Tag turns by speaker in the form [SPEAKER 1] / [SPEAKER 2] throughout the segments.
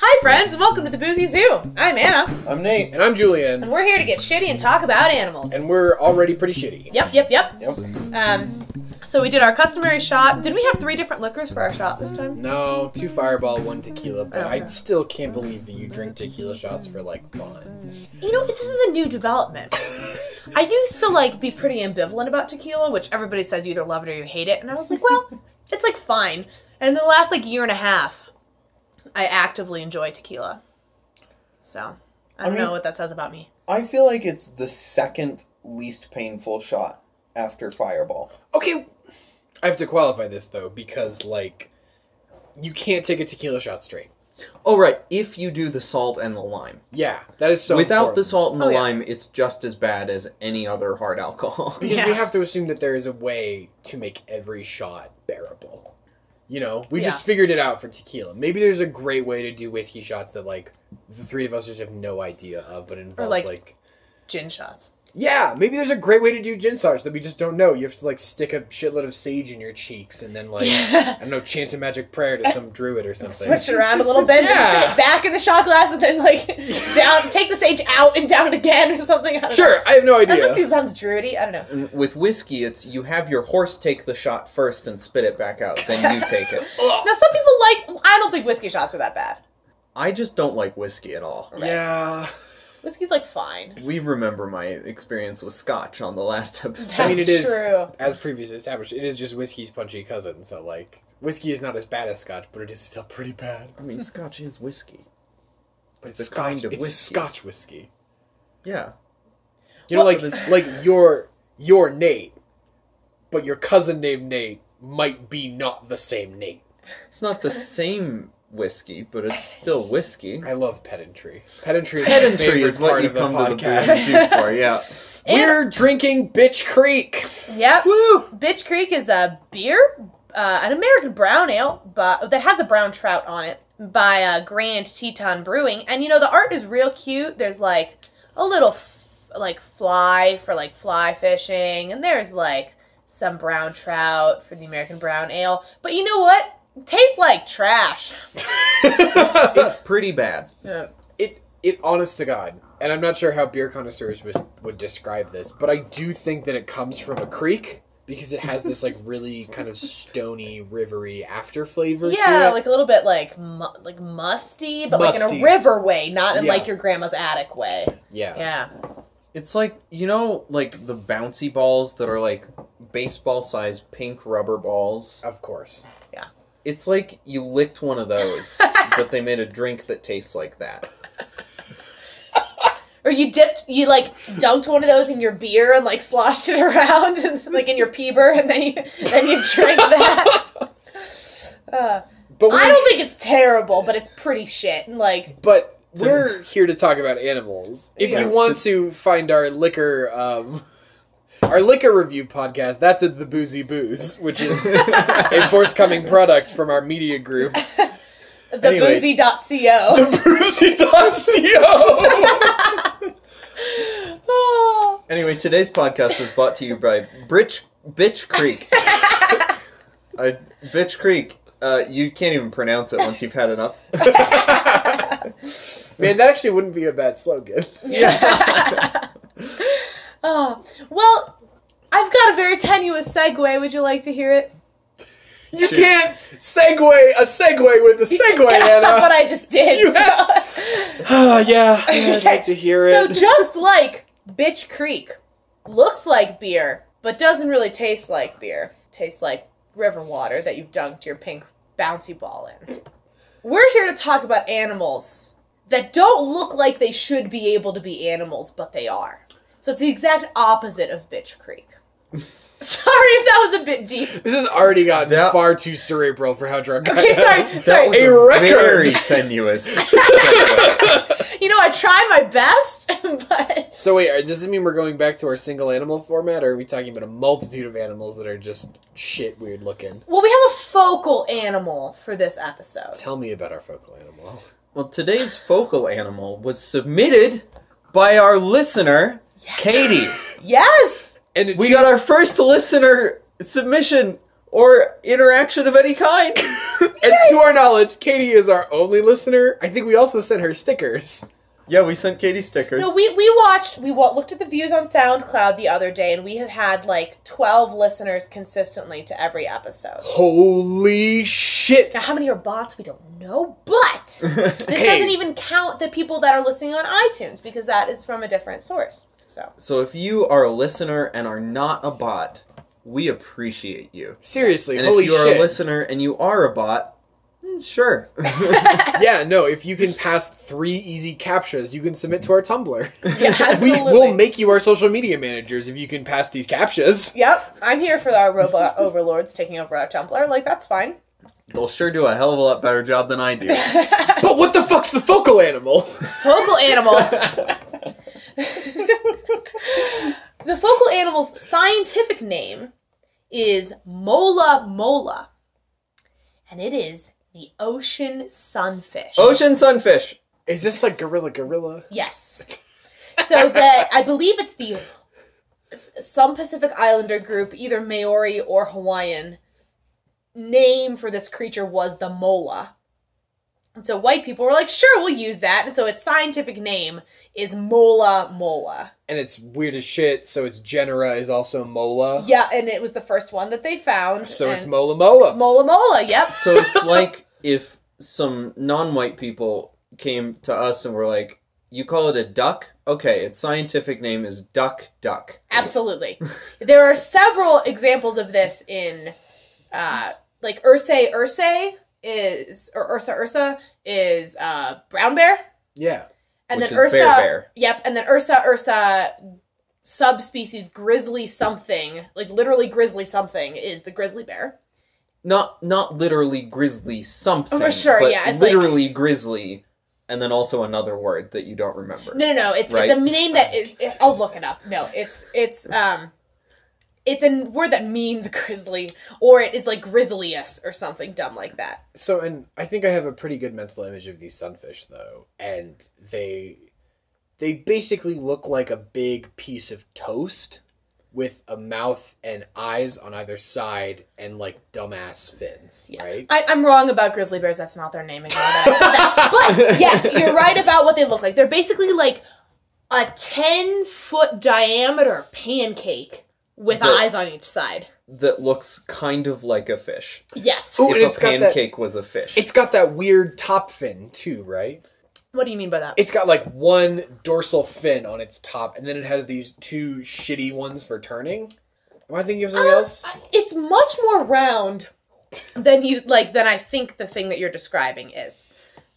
[SPEAKER 1] Hi, friends, and welcome to the Boozy Zoo. I'm Anna,
[SPEAKER 2] I'm Nate.
[SPEAKER 3] And I'm Julian,
[SPEAKER 1] and we're here to get shitty and talk about animals.
[SPEAKER 3] and we're already pretty shitty.
[SPEAKER 1] Yep, yep, yep.
[SPEAKER 2] Yep.
[SPEAKER 1] Um, so we did our customary shot. Did we have three different liquors for our shot this time?
[SPEAKER 3] No, two fireball, one tequila, but
[SPEAKER 1] Okay.
[SPEAKER 3] I still can't believe that you drink tequila shots for like fun.
[SPEAKER 1] You know, this is a new development. I used to like be pretty ambivalent about tequila, which everybody says you either love it or you hate it, and I was like, well, it's like fine. And in the last like year and a half, I actively enjoy tequila. So I don't
[SPEAKER 2] mean-
[SPEAKER 1] know what that says about me.
[SPEAKER 2] I feel like it's the second least painful shot after Fireball.
[SPEAKER 3] Okay, I have to qualify this though, because like, you can't take a tequila shot straight.
[SPEAKER 4] Oh right, if you do the salt and the lime.
[SPEAKER 3] Yeah, that is so.
[SPEAKER 4] Without the
[SPEAKER 3] important.
[SPEAKER 4] salt and the
[SPEAKER 1] Oh, yeah.
[SPEAKER 4] lime, it's just as bad as any other hard alcohol.
[SPEAKER 3] Because
[SPEAKER 1] Yeah.
[SPEAKER 3] we have to assume that there is a way to make every shot bearable. You know, we just figured it out for tequila. Maybe there's a great way to do whiskey shots that like the three of us just have no idea of, but involves
[SPEAKER 1] like-
[SPEAKER 3] like
[SPEAKER 1] Gin shots.
[SPEAKER 3] Yeah, maybe there's a great way to do gin sarge that we just don't know. You have to like stick a shitload of sage in your cheeks and then like I don't know, chant a magic prayer to some druid or something.
[SPEAKER 1] Switch it around a little bit, and
[SPEAKER 3] Yeah.
[SPEAKER 1] spin it back in the shot glass, and then like down, take the sage out and down again or something. I don't
[SPEAKER 3] Sure, I have no
[SPEAKER 1] know.
[SPEAKER 3] idea.
[SPEAKER 1] Unless it sounds druidy, I don't know.
[SPEAKER 4] And With whiskey, it's you have your horse take the shot first and spit it back out, then you take it.
[SPEAKER 1] Now some people like. I don't think whiskey shots are that bad.
[SPEAKER 4] I just don't like whiskey at all.
[SPEAKER 3] Yeah.
[SPEAKER 1] Whiskey's like fine.
[SPEAKER 4] We remember my experience with scotch on the last episode.
[SPEAKER 3] I mean it
[SPEAKER 1] That's
[SPEAKER 3] is
[SPEAKER 1] true.
[SPEAKER 3] as previously established, it is just whiskey's punchy cousin, so like whiskey is not as bad as scotch, but it is still pretty bad.
[SPEAKER 4] I mean, scotch is whiskey.
[SPEAKER 3] But it's
[SPEAKER 4] The
[SPEAKER 3] scotch
[SPEAKER 4] kind of
[SPEAKER 3] it's
[SPEAKER 4] whiskey.
[SPEAKER 3] scotch whiskey.
[SPEAKER 4] Yeah.
[SPEAKER 3] You know
[SPEAKER 1] Well-
[SPEAKER 3] like like your your Nate, but your cousin named Nate might be not the same Nate.
[SPEAKER 4] It's not the same whiskey, but it's still whiskey.
[SPEAKER 3] I love pedantry. Pedantry is, my
[SPEAKER 4] Pedantry
[SPEAKER 3] favorite
[SPEAKER 4] is what
[SPEAKER 3] part
[SPEAKER 4] you
[SPEAKER 3] of the
[SPEAKER 4] come to the
[SPEAKER 3] podcast.
[SPEAKER 4] booze soup for, yeah.
[SPEAKER 3] We're drinking Bitch Creek.
[SPEAKER 1] Yep.
[SPEAKER 3] Woo!
[SPEAKER 1] Bitch Creek is a beer, uh, an American brown ale, but that has a brown trout on it by uh, Grand Teton Brewing, and you know the art is real cute. There's like a little f- like fly for like fly fishing, and there's like some brown trout for the American brown ale. But you know what? Tastes like trash.
[SPEAKER 4] It's pretty bad.
[SPEAKER 1] Yeah.
[SPEAKER 3] it it honest to God, and I'm not sure how beer connoisseurs would, would describe this, but I do think that it comes from a creek because it has this like really kind of stony, rivery after flavor
[SPEAKER 1] Yeah,
[SPEAKER 3] to it.
[SPEAKER 1] like a little bit like mu- like musty, but like in
[SPEAKER 3] Musty.
[SPEAKER 1] a river way, not in
[SPEAKER 3] Yeah.
[SPEAKER 1] like your grandma's attic way.
[SPEAKER 3] yeah.
[SPEAKER 1] Yeah.
[SPEAKER 4] It's like you know, like the bouncy balls that are like baseball-sized pink rubber balls.
[SPEAKER 3] Of course.
[SPEAKER 4] It's like you licked one of those, but they made a drink that tastes like that.
[SPEAKER 1] Or you dipped, you like dunked one of those in your beer and like sloshed it around, and, like in your peeber, and then you then you drank that. Uh,
[SPEAKER 3] But
[SPEAKER 1] I
[SPEAKER 3] we're,
[SPEAKER 1] don't think it's terrible, but it's pretty shit. And like,
[SPEAKER 3] but we're here to talk about animals. If
[SPEAKER 4] Yeah,
[SPEAKER 3] you want
[SPEAKER 4] it's
[SPEAKER 3] to find our liquor um our liquor review podcast, that's at the Boozy Booze, which is a forthcoming product from our media group.
[SPEAKER 4] Anyway.
[SPEAKER 1] theboozy.co.
[SPEAKER 3] Brucey.co.
[SPEAKER 1] Oh.
[SPEAKER 4] Anyway, today's podcast is brought to you by Bitch Bitch Creek. uh, Bitch Creek. Uh, you can't even pronounce it once you've had enough.
[SPEAKER 3] Man, that actually wouldn't be a bad slogan.
[SPEAKER 4] yeah.
[SPEAKER 1] Oh. Well, I've got a very tenuous segue. Would you like to hear it?
[SPEAKER 3] You
[SPEAKER 4] Shoot.
[SPEAKER 3] can't segue a segue with a segue,
[SPEAKER 1] but
[SPEAKER 3] Anna.
[SPEAKER 1] I just did.
[SPEAKER 3] uh, You
[SPEAKER 1] so-
[SPEAKER 3] Ah, yeah, yeah, I'd like to hear
[SPEAKER 1] So
[SPEAKER 3] it.
[SPEAKER 1] just like Bitch Creek looks like beer, but doesn't really taste like beer. Tastes like river water that you've dunked your pink bouncy ball in. We're here to talk about animals that don't look like they should be able to be animals, but they are. So it's the exact opposite of Bitch Creek. sorry if that was a bit deep.
[SPEAKER 3] this has already gotten
[SPEAKER 4] That-
[SPEAKER 3] far too cerebral for how drunk I
[SPEAKER 1] Okay,
[SPEAKER 3] am.
[SPEAKER 1] sorry,
[SPEAKER 4] That
[SPEAKER 1] sorry.
[SPEAKER 4] was
[SPEAKER 3] A
[SPEAKER 4] a
[SPEAKER 3] record.
[SPEAKER 4] very tenuous. segue.
[SPEAKER 1] you know, I try my best, but
[SPEAKER 3] So wait, are- does this mean we're going back to our single animal format, or are we talking about a multitude of animals that are just shit weird looking?
[SPEAKER 1] well, we have a focal animal for this episode.
[SPEAKER 3] Tell me about our focal animal.
[SPEAKER 4] Well, today's focal animal was submitted by our listener, Katie.
[SPEAKER 1] Yes.
[SPEAKER 3] And it
[SPEAKER 4] We got our first listener submission or interaction of any kind.
[SPEAKER 3] And to our knowledge, Katie is our only listener. I think we also sent her stickers.
[SPEAKER 4] yeah, we sent Katie stickers.
[SPEAKER 1] No, we, we watched, we wa- looked at the views on SoundCloud the other day, and we have had like 12 listeners consistently to every episode.
[SPEAKER 3] Holy shit!
[SPEAKER 1] Now, how many are bots? We don't know, but this
[SPEAKER 3] Hey.
[SPEAKER 1] doesn't even count the people that are listening on iTunes because that is from a different source. So,
[SPEAKER 4] so if you are a listener and are not a bot, we appreciate you.
[SPEAKER 3] Seriously,
[SPEAKER 4] And
[SPEAKER 3] holy
[SPEAKER 4] if you are
[SPEAKER 3] shit!
[SPEAKER 4] a listener and you are a bot, mm, sure.
[SPEAKER 3] yeah, no. If you can pass three easy captchas, you can submit to our
[SPEAKER 1] yeah,
[SPEAKER 3] Tumblr. we
[SPEAKER 1] absolutely.
[SPEAKER 3] will make you our social media managers if you can pass these captchas.
[SPEAKER 1] Yep, I'm here for our robot overlords taking over our Tumblr. Like, that's fine.
[SPEAKER 4] They'll sure do a hell of a lot better job than I do.
[SPEAKER 3] But what the fuck's the focal animal?
[SPEAKER 1] Focal animal. the focal animal's scientific name is Mola Mola, and it is the ocean sunfish.
[SPEAKER 4] Ocean sunfish.
[SPEAKER 3] Is this like gorilla gorilla?
[SPEAKER 1] Yes. So that I believe it's the s- some Pacific Islander group, either Maori or Hawaiian, name for this creature was the mola. And so white people were like, sure, we'll use that. And so its scientific name is mola mola.
[SPEAKER 3] And it's weird as shit. So its genera is also mola.
[SPEAKER 1] Yeah, and it was the first one that they found.
[SPEAKER 3] So it's
[SPEAKER 1] and
[SPEAKER 3] mola mola.
[SPEAKER 1] it's mola mola. Yep.
[SPEAKER 4] So it's like if some non-white people came to us and were like, "You call it a duck? Okay, its scientific name is duck duck."
[SPEAKER 1] Absolutely. there are several examples of this in, uh, like Ursay Ursay is or Ursa Ursa is uh, brown bear,
[SPEAKER 3] yeah.
[SPEAKER 1] and
[SPEAKER 4] Which
[SPEAKER 1] then
[SPEAKER 4] is
[SPEAKER 1] Ursa
[SPEAKER 4] bear bear.
[SPEAKER 1] yep, and then Ursa Ursa subspecies grizzly something like literally grizzly something is the grizzly bear.
[SPEAKER 4] Not not literally grizzly something.
[SPEAKER 1] Oh, sure,
[SPEAKER 4] but
[SPEAKER 1] yeah, it's like-
[SPEAKER 4] literally grizzly, and then also another word that you don't remember.
[SPEAKER 1] No, no, no. It's it's a
[SPEAKER 4] Right.
[SPEAKER 1] name that is, it- I'll look it up. No, it's it's um. It's a word that means grizzly, or it is like grizzliest or something dumb like that.
[SPEAKER 3] So, and I think I have a pretty good mental image of these sunfish, though, and they they basically look like a big piece of toast with a mouth and eyes on either side and like dumbass fins, right?
[SPEAKER 1] I, I'm wrong about grizzly bears. That's not their name. Ignore that. I said that. But yes, you're right about what they look like. They're basically like a 10 foot diameter pancake with
[SPEAKER 4] The-
[SPEAKER 1] eyes on each side.
[SPEAKER 4] That looks kind of like a fish.
[SPEAKER 1] Yes.
[SPEAKER 3] Ooh, and
[SPEAKER 4] If
[SPEAKER 3] it's
[SPEAKER 4] a
[SPEAKER 3] got that.
[SPEAKER 4] pancake was a fish.
[SPEAKER 3] It's got that weird top fin too, right?
[SPEAKER 1] What do you mean by that?
[SPEAKER 3] It's got like one dorsal fin on its top, and then it has these two shitty ones for turning. Am I thinking of something
[SPEAKER 1] Oh,
[SPEAKER 3] else?
[SPEAKER 1] It's much more round than you like than I think the thing that you're describing is.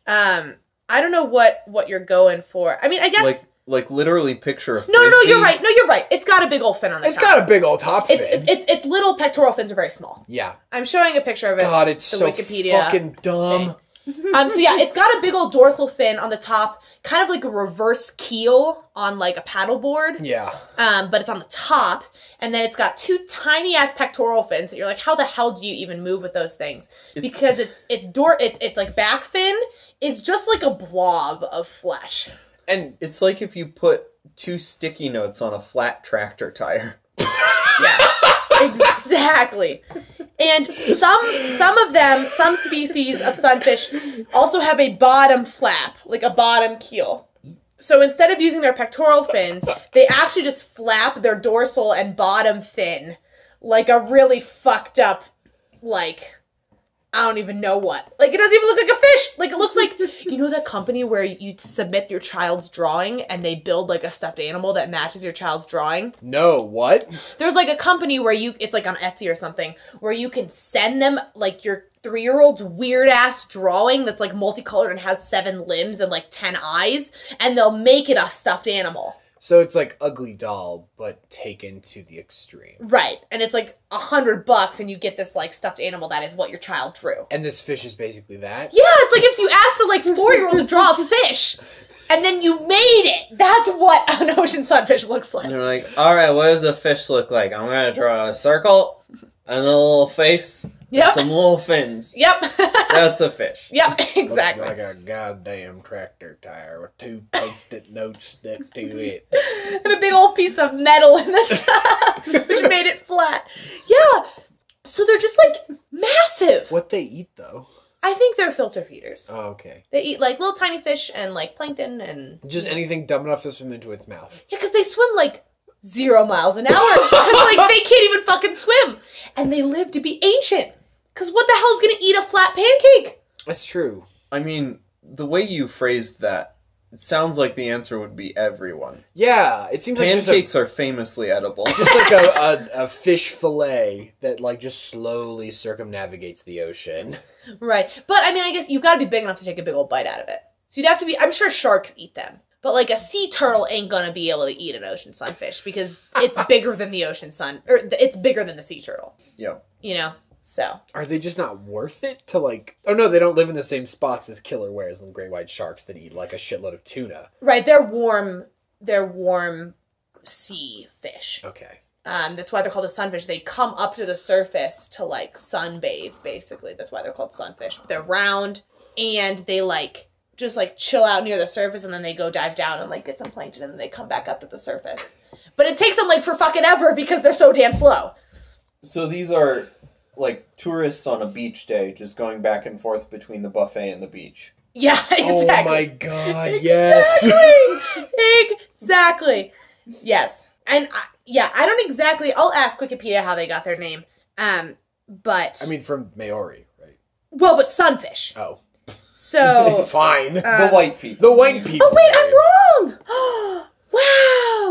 [SPEAKER 1] Um, I don't know what what you're going for. I mean, I guess
[SPEAKER 4] like like literally picture a
[SPEAKER 1] no, no, no.
[SPEAKER 4] frisbee.
[SPEAKER 1] You're right. No, you're right. It's got a big old fin on the
[SPEAKER 3] It's
[SPEAKER 1] top.
[SPEAKER 3] got a big old top fin.
[SPEAKER 1] it's, it's it's little pectoral fins are very small.
[SPEAKER 3] yeah.
[SPEAKER 1] I'm showing a picture of it.
[SPEAKER 3] God, it's
[SPEAKER 1] the
[SPEAKER 3] so
[SPEAKER 1] Wikipedia
[SPEAKER 3] fucking dumb.
[SPEAKER 1] thing. Um, so yeah, it's got a big old dorsal fin on the top, kind of like a reverse keel on like a paddleboard.
[SPEAKER 3] Yeah.
[SPEAKER 1] Um, but it's on the top, and then it's got two tiny ass pectoral fins that you're like, how the hell do you even move with those things? Because it's it's door it's it's like back fin is just like a blob of flesh.
[SPEAKER 3] And
[SPEAKER 4] It's like if you put two sticky notes on a flat tractor tire.
[SPEAKER 1] Yeah. exactly. And some some of them, some species of sunfish also have a bottom flap, like a bottom keel. So instead of using their pectoral fins, they actually just flap their dorsal and bottom fin like a really fucked up like I don't even know what. Like it doesn't even look like a fish. Like it looks like you know that company where you submit your child's drawing and they build like a stuffed animal that matches your child's drawing?
[SPEAKER 3] no, what?
[SPEAKER 1] There's like a company where you it's like on Etsy or something where you can send them like your three year old's weird ass drawing that's like multicolored and has seven limbs and like ten eyes, and they'll make it a stuffed animal.
[SPEAKER 3] So it's like Ugly Doll, but taken to the extreme.
[SPEAKER 1] Right. And it's like a hundred bucks and you get this like stuffed animal that is what your child drew.
[SPEAKER 3] And this fish is basically that.
[SPEAKER 1] Yeah, it's like if you asked a like four year old to draw a fish and then you made it. That's what an ocean sunfish looks like.
[SPEAKER 4] And they're like, all right, what does a fish look like? I'm gonna draw a circle and a little face
[SPEAKER 1] Yep.
[SPEAKER 4] and some little fins.
[SPEAKER 1] Yep.
[SPEAKER 4] That's a fish.
[SPEAKER 1] yep,
[SPEAKER 3] Looks
[SPEAKER 1] exactly.
[SPEAKER 3] Like a goddamn tractor tire with two post-it notes stuck to it.
[SPEAKER 1] and a big old piece of metal in the top, which made it flat. Yeah, So they're just like massive.
[SPEAKER 3] What they eat though?
[SPEAKER 1] I think they're filter feeders.
[SPEAKER 3] Oh, okay.
[SPEAKER 1] They eat like little tiny fish and like plankton and
[SPEAKER 3] Just anything dumb enough to swim into its mouth.
[SPEAKER 1] yeah, because they swim like zero miles an hour. 'Cause, like they can't even fucking swim, and they live to be ancient. Because what the hell's gonna eat a flat pancake?
[SPEAKER 3] That's true.
[SPEAKER 4] I mean, the way you phrased that, it sounds like the answer would be everyone.
[SPEAKER 3] Yeah, it seems like just a
[SPEAKER 4] Pancakes are famously edible.
[SPEAKER 3] just like a, a, a fish fillet that like just slowly circumnavigates the ocean.
[SPEAKER 1] Right, but I mean, I guess you've got to be big enough to take a big old bite out of it. So you'd have to be. I'm sure sharks eat them, but like a sea turtle ain't gonna be able to eat an ocean sunfish because it's bigger than the ocean sun, or th- it's bigger than the sea turtle.
[SPEAKER 4] yeah.
[SPEAKER 1] You know, so
[SPEAKER 3] Are they just not worth it to like? Oh no, they don't live in the same spots as killer whales and great white sharks that eat like a shitload of tuna.
[SPEAKER 1] right, they're warm. They're warm sea fish.
[SPEAKER 3] Okay.
[SPEAKER 1] Um, that's why they're called a sunfish. They come up to the surface to like sunbathe, basically. That's why they're called sunfish. But they're round and they like just like chill out near the surface and then they go dive down and like get some plankton and then they come back up to the surface. But it takes them like for fucking ever because they're so damn slow.
[SPEAKER 4] So these are like tourists on a beach day just going back and forth between the buffet and the beach.
[SPEAKER 1] Yeah, exactly.
[SPEAKER 3] Oh my god, yes.
[SPEAKER 1] Exactly. exactly. Yes. And I, yeah, I don't exactly. I'll ask Wikipedia how they got their name. Um, but
[SPEAKER 3] I mean from Maori, right?
[SPEAKER 1] well, but sunfish.
[SPEAKER 3] Oh.
[SPEAKER 1] So
[SPEAKER 3] Fine.
[SPEAKER 1] Uh,
[SPEAKER 4] the white people.
[SPEAKER 3] the white people.
[SPEAKER 1] Oh wait, I'm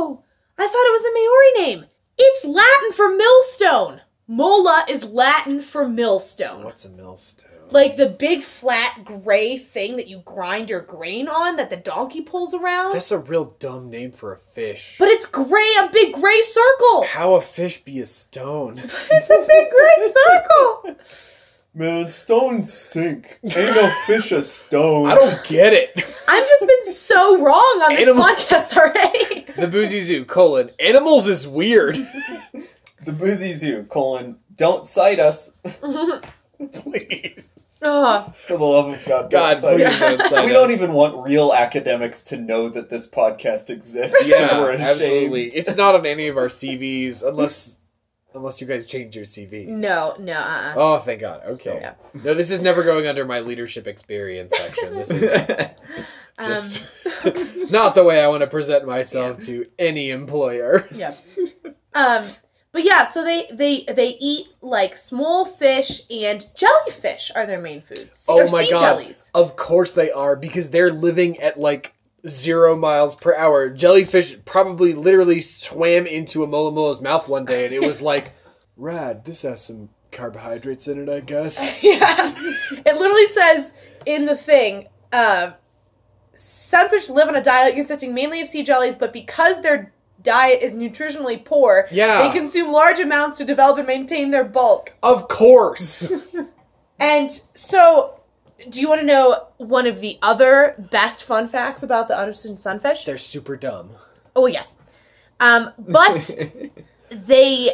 [SPEAKER 1] wrong. wow, I thought it was a Maori name. It's Latin for millstone. Mola is Latin for millstone.
[SPEAKER 3] What's a millstone?
[SPEAKER 1] Like the big flat gray thing that you grind your grain on that the donkey pulls around.
[SPEAKER 3] That's a real dumb name for a fish.
[SPEAKER 1] but it's gray, a big gray circle.
[SPEAKER 3] How a fish be a stone?
[SPEAKER 1] It's a big gray circle.
[SPEAKER 4] Man, stones sink. Ain't no fish a stone.
[SPEAKER 3] I don't get it.
[SPEAKER 1] I've just been so wrong on this
[SPEAKER 3] Animal-
[SPEAKER 1] podcast already.
[SPEAKER 3] the Boozy Zoo colon animals is weird.
[SPEAKER 4] The Boozy Zoo, colon, don't cite us.
[SPEAKER 3] Please.
[SPEAKER 1] Ugh.
[SPEAKER 4] For the love of God,
[SPEAKER 3] God,
[SPEAKER 4] don't cite
[SPEAKER 3] please
[SPEAKER 4] us.
[SPEAKER 3] don't cite
[SPEAKER 4] We don't
[SPEAKER 3] us.
[SPEAKER 4] even want real academics to know that this podcast exists because
[SPEAKER 3] Yeah,
[SPEAKER 4] we're ashamed.
[SPEAKER 3] absolutely. It's not on any of our CVs unless unless you guys change your CV.
[SPEAKER 1] no, no, uh-uh.
[SPEAKER 3] Oh, thank God. Okay.
[SPEAKER 1] Yeah.
[SPEAKER 3] No, this is never going under my leadership experience section. This is
[SPEAKER 1] Um.
[SPEAKER 3] Oh, just not the way I want to present myself to any employer.
[SPEAKER 1] Yeah. um, but yeah, so they they they eat like small fish and jellyfish are their main foods.
[SPEAKER 3] Oh
[SPEAKER 1] Or
[SPEAKER 3] my
[SPEAKER 1] sea
[SPEAKER 3] God.
[SPEAKER 1] jellies.
[SPEAKER 3] Of course they are because they're living at like zero miles per hour. Jellyfish probably literally swam into a mola mola's mouth one day and it was like, rad, this has some carbohydrates in it, I guess.
[SPEAKER 1] Yeah. it literally says in the thing, uh, sunfish live on a diet consisting mainly of sea jellies, but because their diet is nutritionally poor,
[SPEAKER 3] Yeah.
[SPEAKER 1] they consume large amounts to develop and maintain their bulk.
[SPEAKER 3] of course.
[SPEAKER 1] And so do you want to know one of the other best fun facts about the understood sunfish?
[SPEAKER 3] they're super dumb.
[SPEAKER 1] Oh yes, um, but they.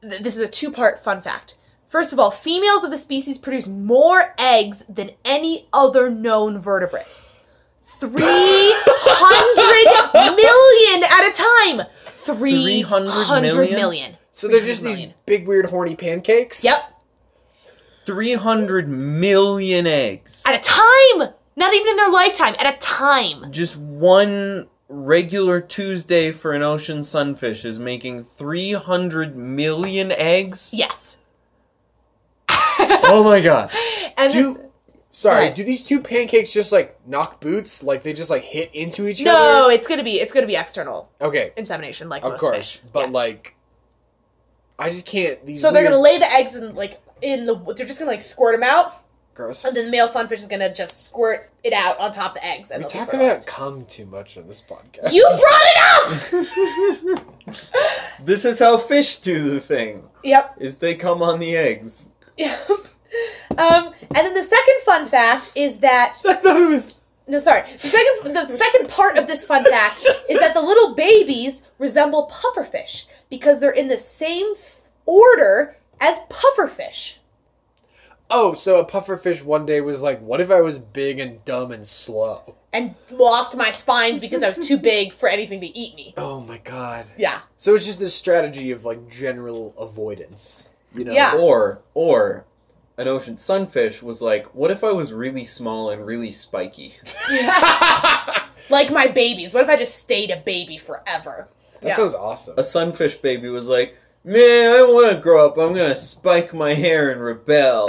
[SPEAKER 1] th- This is a two-part fun fact. First of all, females of the species produce more eggs than any other known vertebrate. Three hundred million at a time. Three
[SPEAKER 4] 300
[SPEAKER 1] hundred
[SPEAKER 4] million?
[SPEAKER 1] million.
[SPEAKER 3] So they're just these
[SPEAKER 1] million.
[SPEAKER 3] big weird horny pancakes.
[SPEAKER 1] Yep,
[SPEAKER 4] 300 million eggs.
[SPEAKER 1] at a time. Not even in their lifetime. At a time.
[SPEAKER 4] Just one regular Tuesday for an ocean sunfish is making 300 million eggs?
[SPEAKER 1] Yes.
[SPEAKER 4] Oh my god.
[SPEAKER 1] And then-
[SPEAKER 3] Do sorry,
[SPEAKER 1] What?
[SPEAKER 3] do these two pancakes just like knock boots? Like they just like hit into each
[SPEAKER 1] no, it's gonna be it's gonna be external
[SPEAKER 3] other? Okay.
[SPEAKER 1] insemination, like
[SPEAKER 3] Of
[SPEAKER 1] most
[SPEAKER 3] course.
[SPEAKER 1] fish.
[SPEAKER 3] But
[SPEAKER 1] Yeah.
[SPEAKER 3] like I just can't these
[SPEAKER 1] So they're
[SPEAKER 3] weird-
[SPEAKER 1] gonna lay the eggs in like in the. They're just gonna like squirt them out,
[SPEAKER 3] gross.
[SPEAKER 1] and then the male sunfish is gonna just squirt it out on top of the eggs, and
[SPEAKER 3] We
[SPEAKER 1] they'll be
[SPEAKER 3] talk about
[SPEAKER 1] fertilized.
[SPEAKER 3] cum too much on this podcast.
[SPEAKER 1] You brought it up.
[SPEAKER 4] This is how fish do the thing.
[SPEAKER 1] yep.
[SPEAKER 4] Is they come on the eggs.
[SPEAKER 1] Yep. Um, and then the second fun fact is that
[SPEAKER 3] I thought it was
[SPEAKER 1] no, sorry. The second the second part of this fun fact is that the little babies resemble pufferfish because they're in the same order as pufferfish.
[SPEAKER 3] Oh, so a pufferfish one day was like, What if I was big and dumb and slow?
[SPEAKER 1] And lost my spines because I was too big for anything to eat me.
[SPEAKER 3] Oh my god.
[SPEAKER 1] Yeah.
[SPEAKER 3] So it's just this strategy of like general avoidance.
[SPEAKER 4] You know,
[SPEAKER 1] Yeah.
[SPEAKER 4] or or an ocean sunfish was like, what if I was really small and really spiky?
[SPEAKER 1] like my babies. What if I just stayed a baby forever?
[SPEAKER 3] That
[SPEAKER 1] Yeah.
[SPEAKER 3] sounds awesome.
[SPEAKER 4] a sunfish baby was like, "Man, I want to grow up. I'm gonna spike my hair and rebel."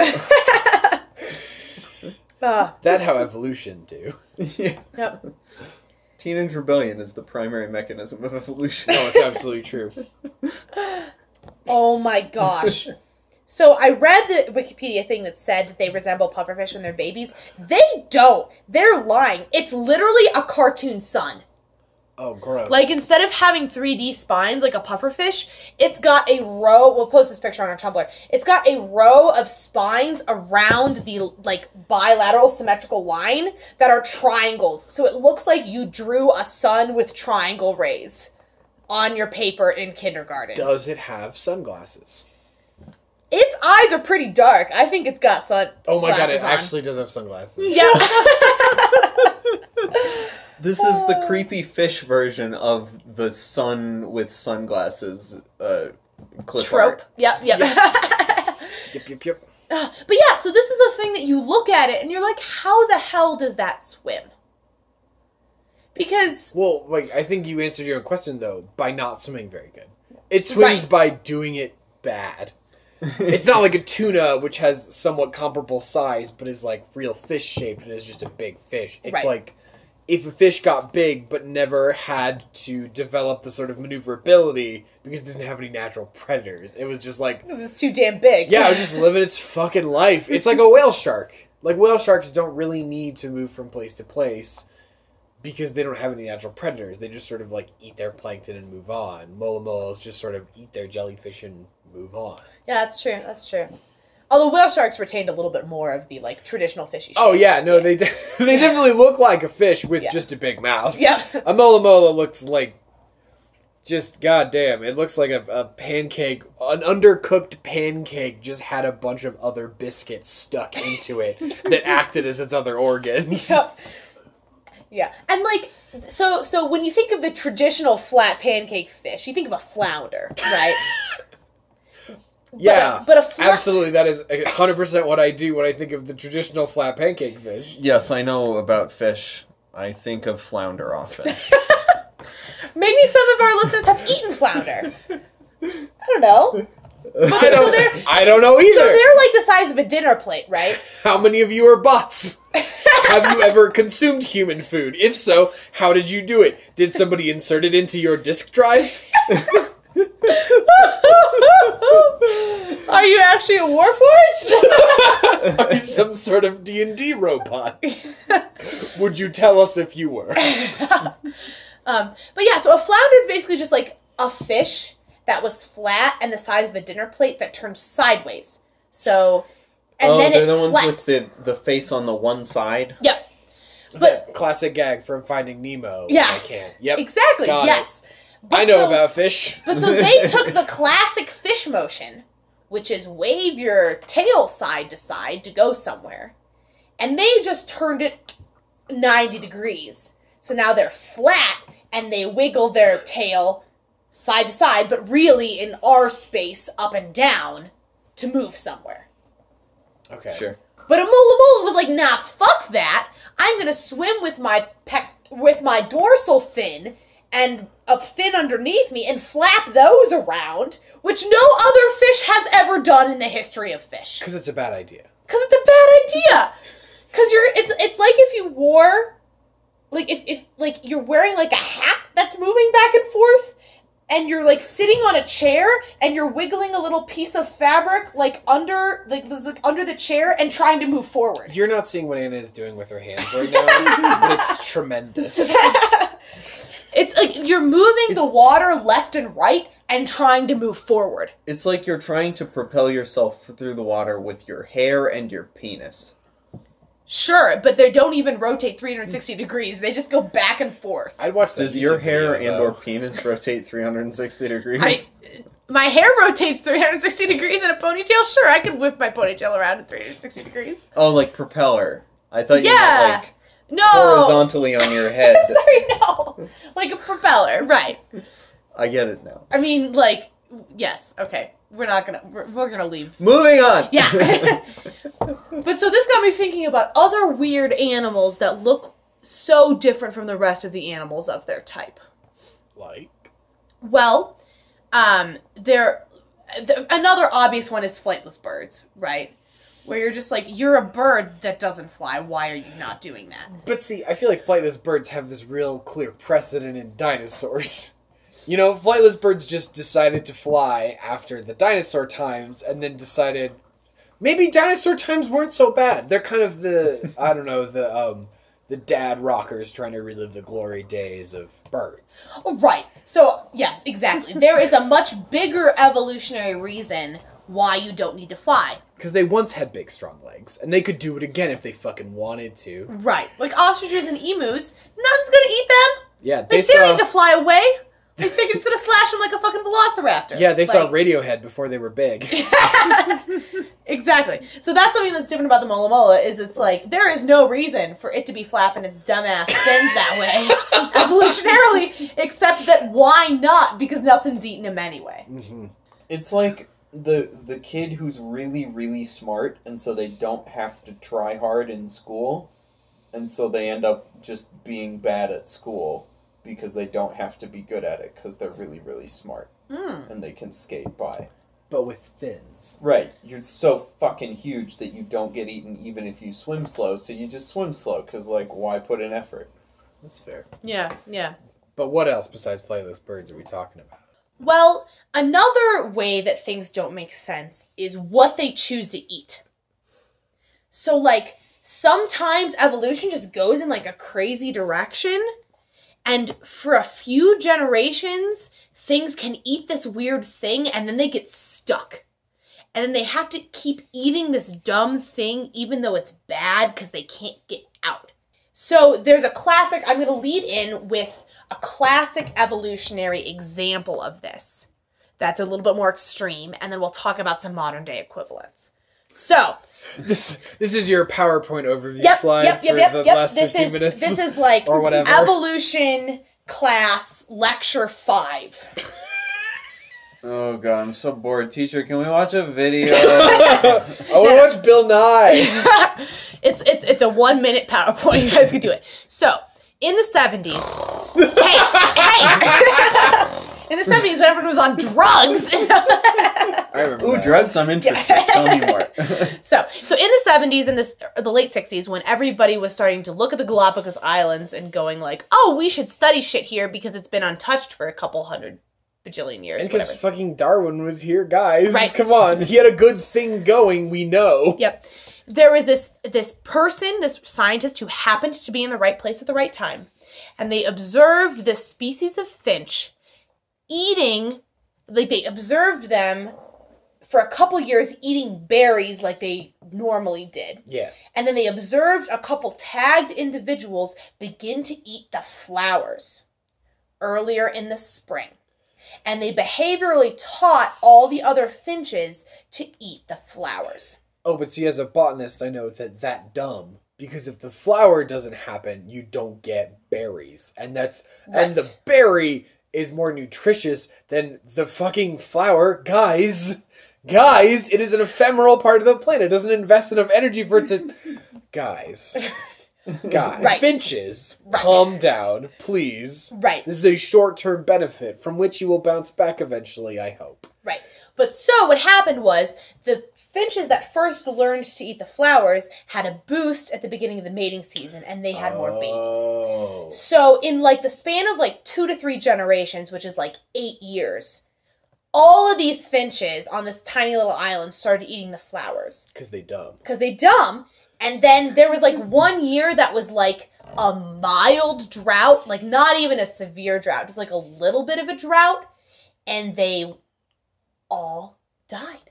[SPEAKER 1] Uh,
[SPEAKER 3] That how evolution do.
[SPEAKER 4] Yeah.
[SPEAKER 1] yep.
[SPEAKER 4] Teenage rebellion is the primary mechanism of evolution.
[SPEAKER 3] No, it's absolutely true.
[SPEAKER 1] Oh my gosh. So I read the Wikipedia thing that said that they resemble pufferfish when they're babies. They don't. They're lying. It's literally a cartoon sun.
[SPEAKER 3] Oh, gross.
[SPEAKER 1] Like instead of having 3D spines like a pufferfish, it's got a row. We'll post this picture on our Tumblr. It's got a row of spines around the like bilateral symmetrical line that are triangles. So it looks like you drew a sun with triangle rays on your paper in kindergarten.
[SPEAKER 3] does it have sunglasses?
[SPEAKER 1] Its eyes are pretty dark. I think it's got sun.
[SPEAKER 3] Oh my god,
[SPEAKER 1] glasses
[SPEAKER 3] it
[SPEAKER 1] on.
[SPEAKER 3] actually does have sunglasses.
[SPEAKER 1] Yeah.
[SPEAKER 4] This is the creepy fish version of the sun with sunglasses uh, clip
[SPEAKER 1] Trope.
[SPEAKER 4] art.
[SPEAKER 1] Yep. Yep.
[SPEAKER 3] Yep, yep, yep.
[SPEAKER 1] But yeah, so this is a thing that you look at it and you're like, how the hell does that swim? Because
[SPEAKER 3] Well, like I think you answered your own question though by not swimming very good. It swims by doing it bad. it's not like a tuna, which has somewhat comparable size, but is like real fish shaped and is just a big fish. It's
[SPEAKER 1] Right.
[SPEAKER 3] like if a fish got big but never had to develop the sort of maneuverability because it didn't have any natural predators. It was just like
[SPEAKER 1] it's too damn big.
[SPEAKER 3] yeah, it was just living its fucking life. It's like a whale shark. Like whale sharks don't really need to move from place to place because they don't have any natural predators. They just sort of like eat their plankton and move on. Mola molas just sort of eat their jellyfish and move on.
[SPEAKER 1] Yeah, that's true. That's true. Although whale sharks retained a little bit more of the like traditional fishy.
[SPEAKER 3] Oh
[SPEAKER 1] shape.
[SPEAKER 3] yeah, no, they de- they definitely look like a fish with
[SPEAKER 1] Yeah.
[SPEAKER 3] just a big mouth.
[SPEAKER 1] Yeah.
[SPEAKER 3] a mola mola looks like just goddamn. It looks like a, a pancake, an undercooked pancake, just had a bunch of other biscuits stuck into it that acted as its other organs.
[SPEAKER 1] Yeah, and like so so when you think of the traditional flat pancake fish, you think of a flounder, right?
[SPEAKER 3] Yeah,
[SPEAKER 1] but a fla-
[SPEAKER 3] absolutely, that is hundred percent what I do when I think of the traditional flat pancake fish.
[SPEAKER 4] Yes, I know about fish. I think of flounder often.
[SPEAKER 1] Maybe some of our listeners have eaten flounder. I don't know.
[SPEAKER 3] I
[SPEAKER 1] so
[SPEAKER 3] don't,
[SPEAKER 1] they're-
[SPEAKER 3] I don't know either.
[SPEAKER 1] So they're like the size of a dinner plate, right?
[SPEAKER 3] how many of you are bots? Have you ever consumed human food? If so, how did you do it? Did somebody insert it into your disk drive?
[SPEAKER 1] Are you actually a warforged?
[SPEAKER 3] Are you some sort of D and D robot? Would you tell us if you were?
[SPEAKER 1] Um, but yeah, so a flounder is basically just like a fish that was flat and the size of a dinner plate that turned sideways. So, and
[SPEAKER 4] oh,
[SPEAKER 1] then
[SPEAKER 4] they're
[SPEAKER 1] it
[SPEAKER 4] the ones
[SPEAKER 1] flaps.
[SPEAKER 4] with the the face on the one side.
[SPEAKER 1] Yep. But
[SPEAKER 3] Classic gag from Finding Nemo.
[SPEAKER 1] yes,
[SPEAKER 3] I can't. Yep.
[SPEAKER 1] exactly.
[SPEAKER 3] Got it.
[SPEAKER 1] yes, But
[SPEAKER 3] I know
[SPEAKER 1] so-
[SPEAKER 3] about fish.
[SPEAKER 1] But so they took the classic fish motion, which is wave your tail side to side to go somewhere, and they just turned it 90 degrees. So now they're flat and they wiggle their tail side to side, but really in our space up and down to move somewhere.
[SPEAKER 3] Okay.
[SPEAKER 4] Sure.
[SPEAKER 1] But Amola Mola was like, nah, fuck that. I'm gonna swim with my pec- with my dorsal fin and a fin underneath me and flap those around, which no other fish has ever done in the history of fish.
[SPEAKER 3] Because it's a bad idea.
[SPEAKER 1] Cause it's a bad idea. Cause you're it's it's like if you wore like if, if like you're wearing like a hat that's moving back and forth and you're like sitting on a chair and you're wiggling a little piece of fabric like under like, like under the chair and trying to move forward.
[SPEAKER 3] You're not seeing what Anna is doing with her hands right now, but it's tremendous.
[SPEAKER 1] It's like you're moving the water left and right and trying to move forward.
[SPEAKER 4] It's like you're trying to propel yourself through the water with your hair and your penis.
[SPEAKER 1] Sure, but they don't even rotate 360 degrees. They just go back and forth.
[SPEAKER 3] I'd watch that.
[SPEAKER 4] Does your
[SPEAKER 3] YouTube
[SPEAKER 4] hair
[SPEAKER 3] video,
[SPEAKER 4] and
[SPEAKER 3] though.
[SPEAKER 4] or penis rotate 360 degrees?
[SPEAKER 1] I, my hair rotates 360 degrees in a ponytail. Sure, I could whip my ponytail around at 360 degrees.
[SPEAKER 4] Oh, like propeller. I thought you
[SPEAKER 1] Yeah. Oh.
[SPEAKER 4] meant like
[SPEAKER 1] No.
[SPEAKER 4] horizontally on your head.
[SPEAKER 1] Sorry, no. Like a propeller, right?
[SPEAKER 4] I get it now.
[SPEAKER 1] I mean, like, yes, okay. we're not gonna we're, we're gonna leave.
[SPEAKER 4] Moving on.
[SPEAKER 1] Yeah. but so this got me thinking about other weird animals that look so different from the rest of the animals of their type.
[SPEAKER 3] Like
[SPEAKER 1] Well, um, there, th- another obvious one is flightless birds, right? Where you're just like, you're a bird that doesn't fly. Why are you not doing that?
[SPEAKER 3] But see, I feel like flightless birds have this real clear precedent in dinosaurs. You know, flightless birds just decided to fly after the dinosaur times and then decided maybe dinosaur times weren't so bad. They're kind of the I don't know, the um the dad rockers trying to relive the glory days of birds.
[SPEAKER 1] Oh, Right. So, yes, exactly. There is a much bigger evolutionary reason why you don't need to fly.
[SPEAKER 3] Because they once had big strong legs, and they could do it again if they fucking wanted to.
[SPEAKER 1] Right. Like ostriches and emus, nothing's gonna eat them.
[SPEAKER 3] Yeah, they,
[SPEAKER 1] Like, they
[SPEAKER 3] saw
[SPEAKER 1] don't need to fly away. Like, they're just gonna slash them like a fucking velociraptor.
[SPEAKER 3] Yeah, they saw
[SPEAKER 1] Like-
[SPEAKER 3] Radiohead before they were big.
[SPEAKER 1] Exactly. So that's something that's different about the Mola Mola is it's like there is no reason for it to be flapping its dumbass fins that way evolutionarily, except that why not? Because nothing's eating them anyway.
[SPEAKER 2] It's like the the kid who's really really smart, and so they don't have to try hard in school, and so they end up just being bad at school because they don't have to be good at it because they're really really smart
[SPEAKER 1] Hmm.
[SPEAKER 2] and they can skate by.
[SPEAKER 3] but with fins.
[SPEAKER 2] Right, you're so fucking huge that you don't get eaten even if you swim slow, so you just swim slow because like why put in effort?
[SPEAKER 3] That's fair.
[SPEAKER 1] Yeah, yeah.
[SPEAKER 3] But what else besides flightless birds are we talking about?
[SPEAKER 1] Well, another way that things don't make sense is what they choose to eat. So, like, sometimes evolution just goes in like a crazy direction, and for a few generations, things can eat this weird thing and then they get stuck. And then they have to keep eating this dumb thing, even though it's bad, because they can't get out. So there's a classic, I'm going to lead in with a classic evolutionary example of this that's a little bit more extreme, and then we'll talk about some modern day equivalents. So,
[SPEAKER 3] This this is your PowerPoint overview
[SPEAKER 1] yep,
[SPEAKER 3] slide
[SPEAKER 1] yep, yep,
[SPEAKER 3] for
[SPEAKER 1] yep,
[SPEAKER 3] the
[SPEAKER 1] yep.
[SPEAKER 3] last
[SPEAKER 1] This
[SPEAKER 3] 15
[SPEAKER 1] is
[SPEAKER 3] minutes.
[SPEAKER 1] this is like
[SPEAKER 3] or whatever.
[SPEAKER 1] evolution class lecture five.
[SPEAKER 4] Oh god, I'm so bored. Teacher, can we watch a video?
[SPEAKER 3] I want to watch Bill Nye.
[SPEAKER 1] It's it's it's a one minute PowerPoint. You guys can do it. So in the seventies, hey hey, in the seventies when everyone was on drugs.
[SPEAKER 3] I remember.
[SPEAKER 4] Ooh,
[SPEAKER 3] that.
[SPEAKER 4] drugs. I'm interested. Tell me more.
[SPEAKER 1] So, so in the seventies and this the late sixties, when everybody was starting to look at the Galapagos Islands and going like, "Oh, we should study shit here because it's been untouched for a couple hundred bajillion years."
[SPEAKER 3] And
[SPEAKER 1] whatever.
[SPEAKER 3] because fucking Darwin was here, guys.
[SPEAKER 1] Right.
[SPEAKER 3] Come on, he had a good thing going. We know.
[SPEAKER 1] Yep. There was this this person, this scientist who happened to be in the right place at the right time, and they observed this species of finch eating like they observed them for a couple years eating berries like they normally did.
[SPEAKER 3] Yeah.
[SPEAKER 1] And then they observed a couple tagged individuals begin to eat the flowers earlier in the spring. And they behaviorally taught all the other finches to eat the flowers.
[SPEAKER 3] Oh, but see, as a botanist, I know that that dumb because if the flower doesn't happen, you don't get berries, and that's and the
[SPEAKER 1] Right.
[SPEAKER 3] berry is more nutritious than the fucking flower, guys. Guys, it is an ephemeral part of the plant. It doesn't invest enough energy for it to. Guys. Guys.
[SPEAKER 1] Right.
[SPEAKER 3] Finches, calm down, please.
[SPEAKER 1] Right.
[SPEAKER 3] This is a short term benefit from which you will bounce back eventually, I hope.
[SPEAKER 1] Right. But so what happened was the finches that first learned to eat the flowers had a boost at the beginning of the mating season and they had more babies.
[SPEAKER 3] Oh.
[SPEAKER 1] So in like the span of like 2 to 3 generations, which is like 8 years, all of these finches on this tiny little island started eating the flowers
[SPEAKER 3] Because they dumb.
[SPEAKER 1] cuz they dumb and then there was like one year that was like a mild drought, like not even a severe drought, just like a little bit of a drought and they all died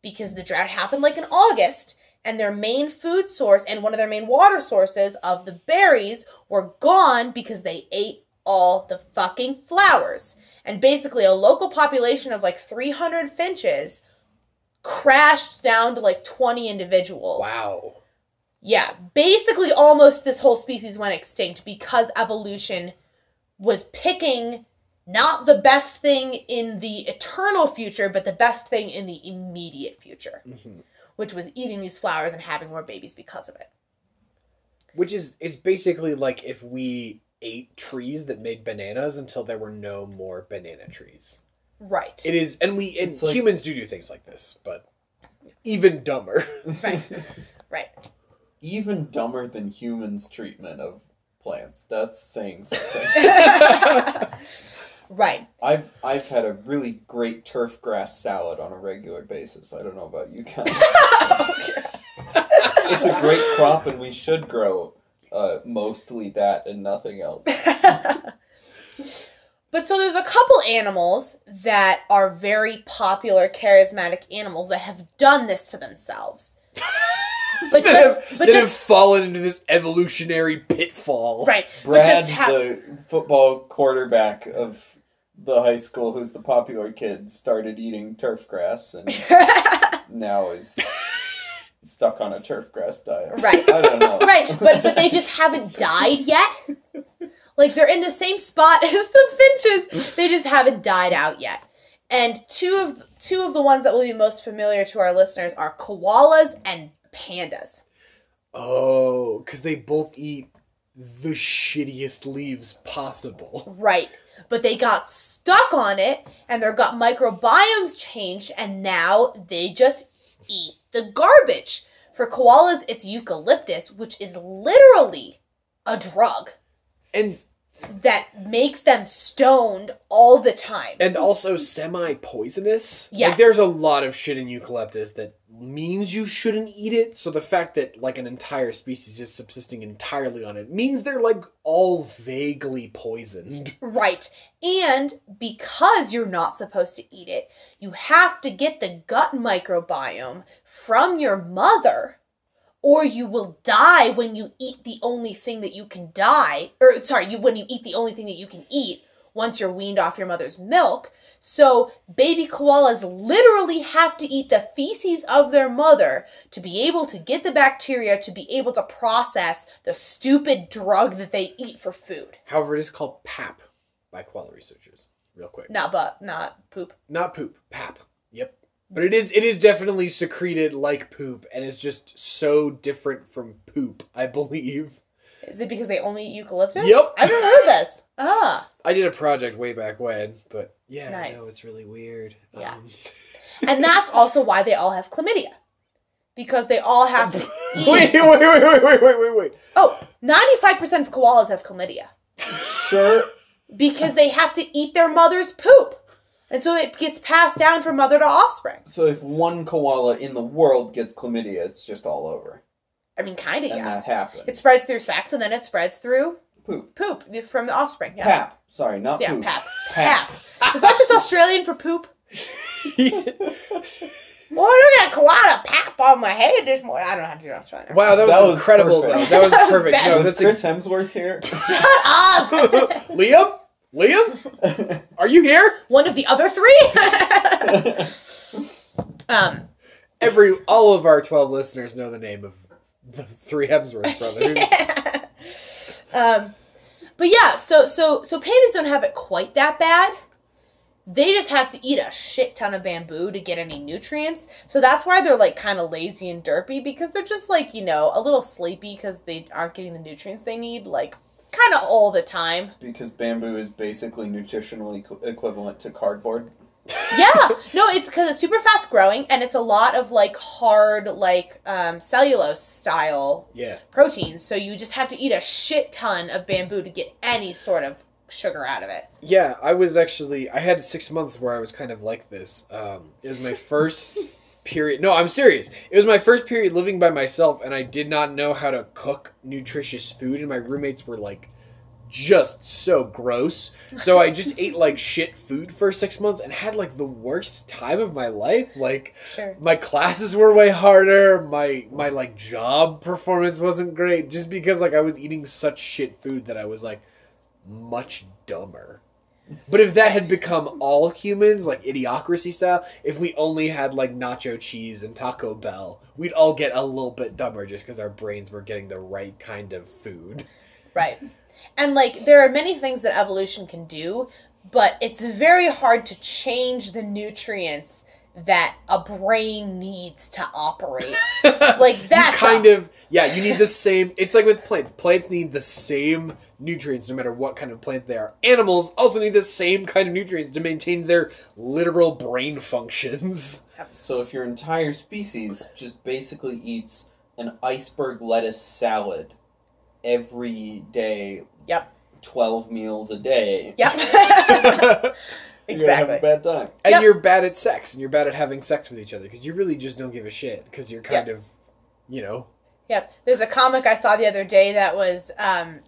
[SPEAKER 1] because the drought happened like in August and their main food source and one of their main water sources of the berries were gone because they ate all the fucking flowers. And basically a local population of like 300 finches crashed down to like 20 individuals.
[SPEAKER 3] Wow.
[SPEAKER 1] Yeah, basically almost this whole species went extinct because evolution was picking not the best thing in the eternal future, but the best thing in the immediate future,
[SPEAKER 3] Mhm.
[SPEAKER 1] which was eating these flowers and having more babies because of it.
[SPEAKER 3] Which is is basically like if we ate trees that made bananas until there were no more banana trees.
[SPEAKER 1] Right.
[SPEAKER 3] It is, and we and
[SPEAKER 2] It's like-
[SPEAKER 3] humans do do things like this, but even dumber.
[SPEAKER 1] right. Right.
[SPEAKER 2] Even dumber than humans' treatment of plants. That's saying something.
[SPEAKER 1] Right.
[SPEAKER 2] I've I've had a really great turf grass salad on a regular basis. I don't know about you guys. it's a great crop, and we should grow uh, mostly that and nothing else.
[SPEAKER 1] But so there's a couple animals that are very popular, charismatic animals that have done this to themselves. but
[SPEAKER 3] that
[SPEAKER 1] just,
[SPEAKER 3] have,
[SPEAKER 1] but
[SPEAKER 3] that have
[SPEAKER 1] just,
[SPEAKER 3] fallen into this evolutionary pitfall.
[SPEAKER 1] right.
[SPEAKER 2] Brad,
[SPEAKER 1] but just ha-
[SPEAKER 2] the football quarterback of the high school, who's the popular kid, started eating turf grass and now is stuck on a turf grass diet.
[SPEAKER 1] Right.
[SPEAKER 2] I don't know.
[SPEAKER 1] right but but they just haven't died yet like they're in the same spot as the finches they just haven't died out yet and two of two of the ones that will be most familiar to our listeners are koalas and pandas
[SPEAKER 3] Oh, because they both eat the shittiest leaves possible.
[SPEAKER 1] right but they got stuck on it and their gut microbiomes changed and now they just eat the garbage for koalas it's eucalyptus which is literally a drug
[SPEAKER 3] And
[SPEAKER 1] that makes them stoned all the time.
[SPEAKER 3] and also semi poisonous. Like
[SPEAKER 1] Yes.
[SPEAKER 3] there's a lot of shit in eucalyptus that means you shouldn't eat it. So the fact that like an entire species is subsisting entirely on it means they're like all vaguely poisoned.
[SPEAKER 1] Right. And because you're not supposed to eat it, you have to get the gut microbiome from your mother, or you will die when you eat the only thing that you can die, or sorry, you when you eat the only thing that you can eat once you're weaned off your mother's milk. So baby koalas literally have to eat the feces of their mother to be able to get the bacteria to be able to process the stupid drug that they eat for food.
[SPEAKER 3] However, it is called pap by koala researchers. Real quick.
[SPEAKER 1] Not but not poop.
[SPEAKER 3] Not poop, pap. Yep. But it is it is definitely secreted like poop and is just so different from poop, I believe.
[SPEAKER 1] Is it because they only eat eucalyptus?
[SPEAKER 3] Yep.
[SPEAKER 1] I've never heard this. Ah.
[SPEAKER 3] I did a project way back when, but yeah, I
[SPEAKER 1] Nice.
[SPEAKER 3] know it's really weird.
[SPEAKER 1] Yeah.
[SPEAKER 3] Um,
[SPEAKER 1] And that's also why they all have chlamydia. Because they all have to
[SPEAKER 3] wait, wait,
[SPEAKER 1] eat.
[SPEAKER 3] wait, wait, wait, wait, wait, wait.
[SPEAKER 1] Oh, 95% of koalas have chlamydia.
[SPEAKER 2] Sure.
[SPEAKER 1] Because they have to eat their mother's poop. And so it gets passed down from mother to offspring.
[SPEAKER 2] So if one koala in the world gets chlamydia, it's just all over.
[SPEAKER 1] I mean, kind of,
[SPEAKER 2] And
[SPEAKER 1] yeah.
[SPEAKER 4] Uh-huh.
[SPEAKER 2] that happened.
[SPEAKER 1] It spreads through sex and then it spreads through
[SPEAKER 2] poop.
[SPEAKER 1] poop from the offspring. Yeah.
[SPEAKER 2] Pap. Sorry, not
[SPEAKER 1] Yeah,
[SPEAKER 2] poop.
[SPEAKER 1] pap.
[SPEAKER 2] Pap.
[SPEAKER 1] Pap. Is that just Australian for poop? Well, look at koala pap on my head this morning. I don't have to do Australian.
[SPEAKER 3] wow, that was,
[SPEAKER 2] That was
[SPEAKER 3] incredible. Though.
[SPEAKER 2] perfect.
[SPEAKER 3] That was
[SPEAKER 1] That was
[SPEAKER 3] perfect.
[SPEAKER 1] bad.
[SPEAKER 3] No,
[SPEAKER 2] Was
[SPEAKER 3] that's
[SPEAKER 2] Chris Hemsworth here?
[SPEAKER 1] Shut up!
[SPEAKER 3] a- Liam. Liam, are you here?
[SPEAKER 1] One of the other three? um,
[SPEAKER 3] Every all of our twelve listeners know the name of the three Hemsworth brothers.
[SPEAKER 1] um, but yeah, so so so pandas don't have it quite that bad. They just have to eat a shit ton of bamboo to get any nutrients. So that's why they're like kind of lazy and derpy because they're just like, you know, a little sleepy because they aren't getting the nutrients they need, like kind of all the time.
[SPEAKER 2] because bamboo is basically nutritionally equ- equivalent to cardboard.
[SPEAKER 1] yeah no it's because it's super fast growing and it's a lot of like hard like um, cellulose style
[SPEAKER 3] Yeah,
[SPEAKER 1] proteins so you just have to eat a shit ton of bamboo to get any sort of sugar out of it
[SPEAKER 3] yeah. I was actually I had six months where I was kind of like this. Um, it was my first period. No, I'm serious. It was my first period living by myself, and I did not know how to cook nutritious food, and my roommates were like just so gross. So I just ate like shit food for six months and had like the worst time of my life. Like
[SPEAKER 1] Sure.
[SPEAKER 3] my classes were way harder. My my like job performance wasn't great just because like I was eating such shit food that I was like much dumber. But if that had become all humans, like idiocracy style, if we only had like nacho cheese and Taco Bell, we'd all get a little bit dumber just because our brains were getting the right kind of food.
[SPEAKER 1] Right. And like there are many things that evolution can do, but it's very hard to change the nutrients that a brain needs to operate. like that's
[SPEAKER 3] kind of yeah you need the same it's like with plants plants need the same nutrients no matter what kind of plant they are animals also need the same kind of nutrients to maintain their literal brain functions
[SPEAKER 2] So if your entire species just basically eats an iceberg lettuce salad every day,
[SPEAKER 1] Yep.
[SPEAKER 2] 12 meals a day,
[SPEAKER 1] Yep.
[SPEAKER 2] you're going to have a
[SPEAKER 1] exactly.
[SPEAKER 2] bad time.
[SPEAKER 3] and
[SPEAKER 1] Yep.
[SPEAKER 3] you're bad at sex and you're bad at having sex with each other because you really just don't give a shit because you're kind of you know
[SPEAKER 1] Yep. There's a comic I saw the other day that was um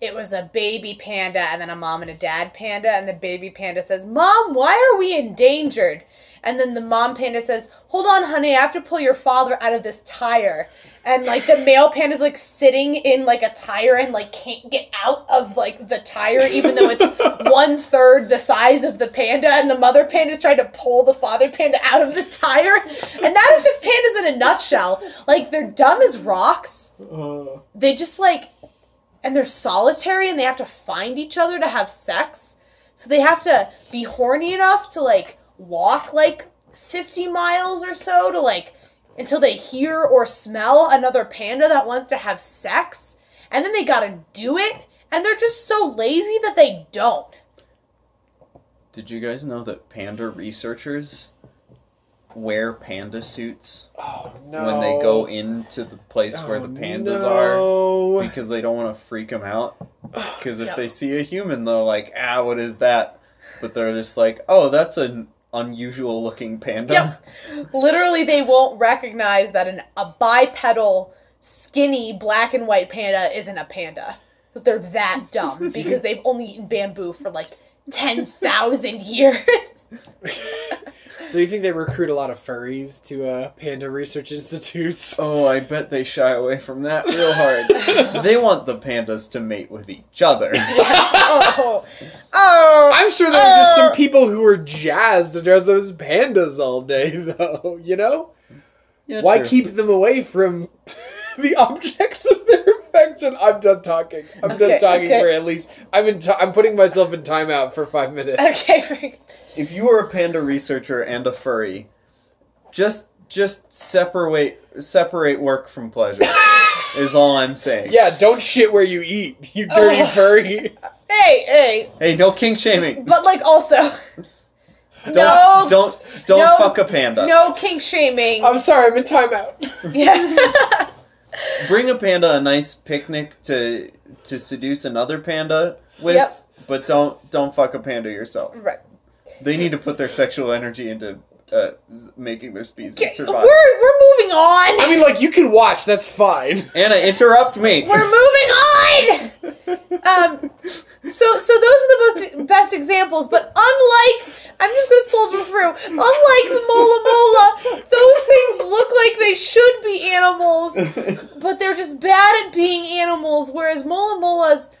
[SPEAKER 1] it was a baby panda and then a mom and a dad panda and the baby panda says, "Mom, why are we endangered?" And then the mom panda says, "Hold on, honey, I have to pull your father out of this tire." And like the male panda's like sitting in like a tire and like can't get out of like the tire even though it's one third the size of the panda and the mother panda's trying to pull the father panda out of the tire. And that is just pandas in a nutshell. Like they're dumb as rocks they just like and they're solitary and they have to find each other to have sex so they have to be horny enough to like walk like 50 miles or so to like until they hear or smell another panda that wants to have sex and then they gotta do it and they're just so lazy that they don't
[SPEAKER 4] Did you guys know that panda researchers wear panda suits
[SPEAKER 3] oh no
[SPEAKER 4] when they go into the place where
[SPEAKER 1] Oh,
[SPEAKER 4] the pandas are because they don't want to freak them out? Because if
[SPEAKER 1] Oh, Yeah.
[SPEAKER 4] they see a human, they're like, ah, what is that? But they're just like, oh, that's an unusual looking panda.
[SPEAKER 1] Yep. Literally, they won't recognize that an, a bipedal, skinny, black and white panda isn't a panda. Because they're that dumb. Because they've only eaten bamboo for like 10,000 years.
[SPEAKER 3] so you think they recruit a lot of furries to uh, panda research institutes
[SPEAKER 4] Oh, I bet they shy away from that real hard. they want the pandas to mate with each other.
[SPEAKER 1] oh. Oh.
[SPEAKER 3] I'm sure there were just some people who were jazzed to dress up as pandas all day, though. You know,
[SPEAKER 4] Yeah,
[SPEAKER 3] why
[SPEAKER 4] true.
[SPEAKER 3] keep them away from the objects of their affection? I'm done talking. I'm
[SPEAKER 1] Okay,
[SPEAKER 3] done talking
[SPEAKER 1] okay.
[SPEAKER 3] for at least. I'm in. T- I'm putting myself in timeout for five minutes.
[SPEAKER 1] Okay, Frank.
[SPEAKER 4] if you are a panda researcher and a furry, just just separate separate work from pleasure is all I'm saying.
[SPEAKER 3] Yeah, don't shit where you eat, you dirty
[SPEAKER 1] Ugh.
[SPEAKER 3] furry.
[SPEAKER 1] Hey, hey.
[SPEAKER 4] Hey, no kink shaming.
[SPEAKER 1] But like also,
[SPEAKER 4] Don't
[SPEAKER 1] No.
[SPEAKER 4] don't Um, don't
[SPEAKER 1] No.
[SPEAKER 4] fuck a panda.
[SPEAKER 1] no kink shaming.
[SPEAKER 3] I'm sorry, I'm in timeout.
[SPEAKER 1] yeah.
[SPEAKER 4] Bring a panda a nice picnic to to seduce another panda with.
[SPEAKER 1] Yep.
[SPEAKER 4] But don't don't fuck a panda yourself.
[SPEAKER 1] right.
[SPEAKER 4] They need to put their sexual energy into uh, s- making their species
[SPEAKER 1] Okay, We're, we're
[SPEAKER 4] survive.
[SPEAKER 1] moving on.
[SPEAKER 3] I mean, like you can watch. That's fine.
[SPEAKER 4] Anna, interrupt me.
[SPEAKER 1] We're moving on. Um, so, so those are the most best examples. But unlike, I'm just gonna soldier through. Unlike the mola mola, those things look like they should be animals, but they're just bad at being animals. Whereas mola molas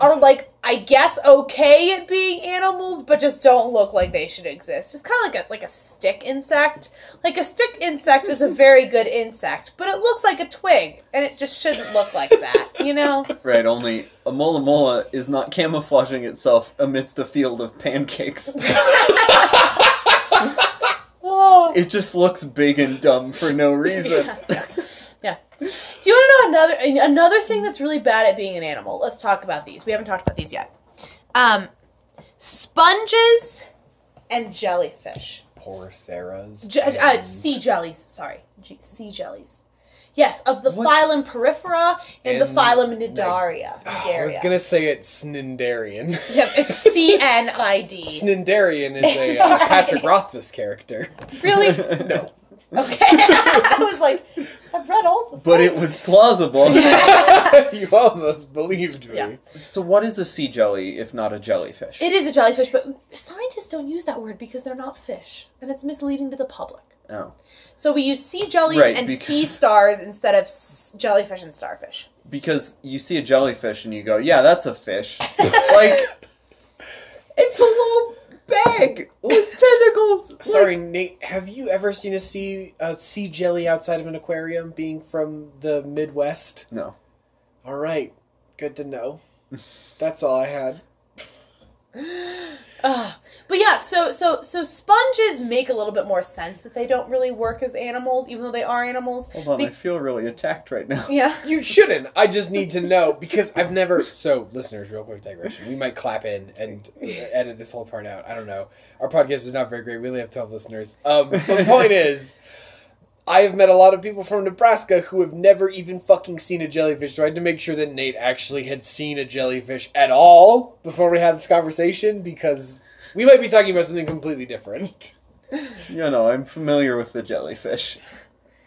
[SPEAKER 1] are like, I guess, okay at being animals, but just don't look like they should exist. It's kind of like a like a stick insect. Like a stick insect is a very good insect, but it looks like a twig, and it just shouldn't look like that. You know.
[SPEAKER 4] Right, only a mola mola is not camouflaging itself amidst a field of pancakes.
[SPEAKER 1] Oh.
[SPEAKER 4] It just looks big and dumb for no reason.
[SPEAKER 1] Yeah. Do you want to know another another thing that's really bad at being an animal? Let's talk about these. We haven't talked about these yet. Um, sponges and jellyfish.
[SPEAKER 3] Portheras.
[SPEAKER 1] Je- uh, sea jellies. Sorry, G- sea jellies. Yes, of the phylum Porifera and, the
[SPEAKER 3] And-
[SPEAKER 1] phylum Nidaria.
[SPEAKER 3] oh, I was
[SPEAKER 1] Nidaria.
[SPEAKER 3] gonna say it's Snindarian.
[SPEAKER 1] Yep, it's C N I D.
[SPEAKER 3] Snindarian is a uh, Patrick Rothfuss character.
[SPEAKER 1] Really? No. Okay. I was like, I've read all the.
[SPEAKER 4] But it
[SPEAKER 1] things.
[SPEAKER 4] was plausible.
[SPEAKER 3] you almost believed me.
[SPEAKER 1] Yeah.
[SPEAKER 4] so, what is a sea jelly if not a jellyfish?
[SPEAKER 1] It is a jellyfish, but scientists don't use that word because they're not fish, and it's misleading to the public.
[SPEAKER 4] No.
[SPEAKER 1] So we use sea jellies
[SPEAKER 4] Right,
[SPEAKER 1] and
[SPEAKER 4] because-
[SPEAKER 1] sea stars instead of s- jellyfish and starfish.
[SPEAKER 4] Because you see a jellyfish and you go, yeah, that's a fish. like, it's a little bag with tentacles. Like,
[SPEAKER 3] Sorry, Nate. Have you ever seen a sea a sea jelly outside of an aquarium? Being from the Midwest,
[SPEAKER 4] no.
[SPEAKER 3] all right. Good to know. That's all I had.
[SPEAKER 1] Ugh. But yeah, so so so sponges make a little bit more sense that they don't really work as animals, even though they are animals.
[SPEAKER 4] Hold on,
[SPEAKER 1] Be-
[SPEAKER 4] I feel really attacked right now.
[SPEAKER 1] yeah.
[SPEAKER 3] You shouldn't. I just need to know because I've never. So, listeners, real quick digression. We might clap in and edit this whole part out. I don't know. Our podcast is not very great. We only have 12 listeners. Um, but the point is, I have met a lot of people from Nebraska who have never even fucking seen a jellyfish. So, I had to make sure that Nate actually had seen a jellyfish at all before we had this conversation because we might be talking about something completely different.
[SPEAKER 4] You know, I'm familiar with the jellyfish.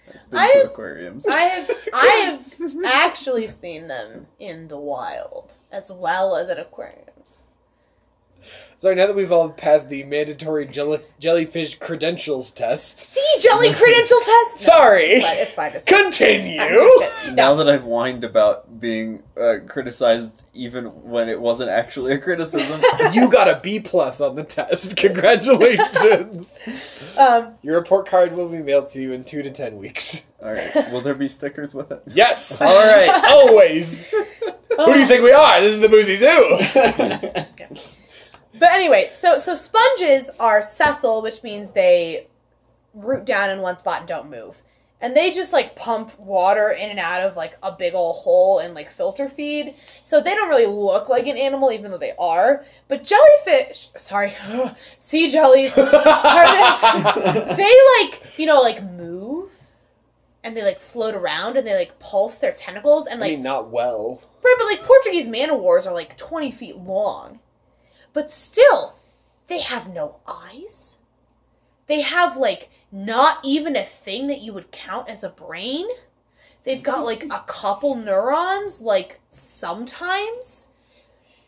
[SPEAKER 4] I've been
[SPEAKER 1] I
[SPEAKER 4] to
[SPEAKER 1] have-
[SPEAKER 4] aquariums.
[SPEAKER 1] I have I have actually seen them in the wild as well as at aquariums.
[SPEAKER 3] Sorry, now that we've all passed the mandatory jelly- jellyfish credentials test.
[SPEAKER 1] Sea jelly credential test. No,
[SPEAKER 3] Sorry!
[SPEAKER 1] but it's fine. It's fine.
[SPEAKER 3] Continue.
[SPEAKER 1] No.
[SPEAKER 4] Now that I've whined about being uh, criticized, even when it wasn't actually a criticism,
[SPEAKER 3] you got a B plus on the test. Congratulations.
[SPEAKER 1] Um,
[SPEAKER 3] Your report card will be mailed to you in two to ten weeks.
[SPEAKER 4] all right, will there be stickers with it?
[SPEAKER 3] Yes.
[SPEAKER 4] All right.
[SPEAKER 3] Always. Who do you think we are? This is the Boozy Zoo.
[SPEAKER 1] but anyway, so so sponges are sessile, which means they root down in one spot and don't move. And they just like pump water in and out of like a big ol' hole and like filter feed. So they don't really look like an animal, even though they are. But jellyfish, sorry, sea jellies are this. They like, you know, like move and they like float around and they like pulse their tentacles and
[SPEAKER 3] I
[SPEAKER 1] like
[SPEAKER 3] mean, not well.
[SPEAKER 1] Right, but like Portuguese man o' wars are like 20 feet long. But still, they have no eyes. They have like not even a thing that you would count as a brain. They've got like a couple neurons, like sometimes.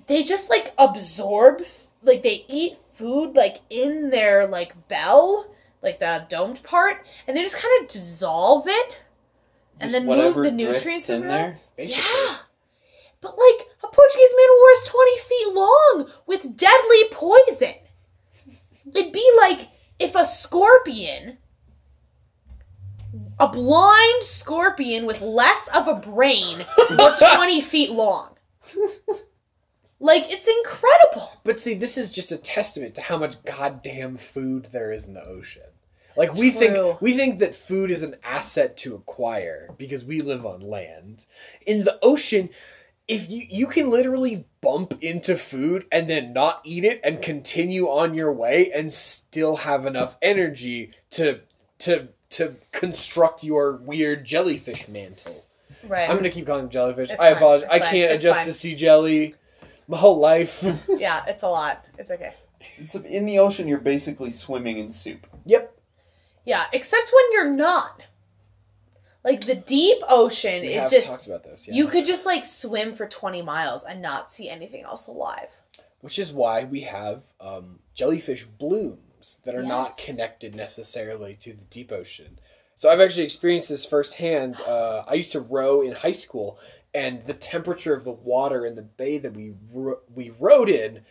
[SPEAKER 1] They just like absorb, like they eat food like in their like bell, like the domed part, and they just kind of dissolve it and
[SPEAKER 2] Just
[SPEAKER 1] then move
[SPEAKER 2] whatever
[SPEAKER 1] the
[SPEAKER 2] drifts
[SPEAKER 1] nutrients
[SPEAKER 2] in
[SPEAKER 1] around.
[SPEAKER 2] there.
[SPEAKER 3] Basically.
[SPEAKER 1] Yeah. But like a Portuguese man of war is twenty feet long with deadly poison. It'd be like if a scorpion a blind scorpion with less of a brain were twenty feet long. Like it's incredible.
[SPEAKER 3] But see, this is just a testament to how much goddamn food there is in the ocean. Like we
[SPEAKER 1] True.
[SPEAKER 3] think we think that food is an asset to acquire because we live on land. In the ocean, if you you can literally bump into food and then not eat it and continue on your way and still have enough energy to to to construct your weird jellyfish mantle.
[SPEAKER 1] Right.
[SPEAKER 3] I'm gonna keep calling them jellyfish.
[SPEAKER 1] It's
[SPEAKER 3] I
[SPEAKER 1] fine,
[SPEAKER 3] apologize.
[SPEAKER 1] it's
[SPEAKER 3] I
[SPEAKER 1] fine,
[SPEAKER 3] can't
[SPEAKER 1] it's
[SPEAKER 3] adjust
[SPEAKER 1] fine.
[SPEAKER 3] to sea jelly my whole life.
[SPEAKER 1] yeah, it's a lot. It's okay.
[SPEAKER 2] It's in the ocean. You're basically swimming in soup.
[SPEAKER 3] yep.
[SPEAKER 1] Yeah, except when you're not. Like the deep ocean
[SPEAKER 3] We
[SPEAKER 1] is
[SPEAKER 3] have
[SPEAKER 1] just
[SPEAKER 3] talked about this, yeah.
[SPEAKER 1] You could just like swim for 20 miles and not see anything else alive.
[SPEAKER 3] which is why we have um, jellyfish blooms that are not
[SPEAKER 1] Yes.
[SPEAKER 3] connected necessarily to the deep ocean. So I've actually experienced this firsthand. Uh, I used to row in high school, and the temperature of the water in the bay that we ro- we rowed in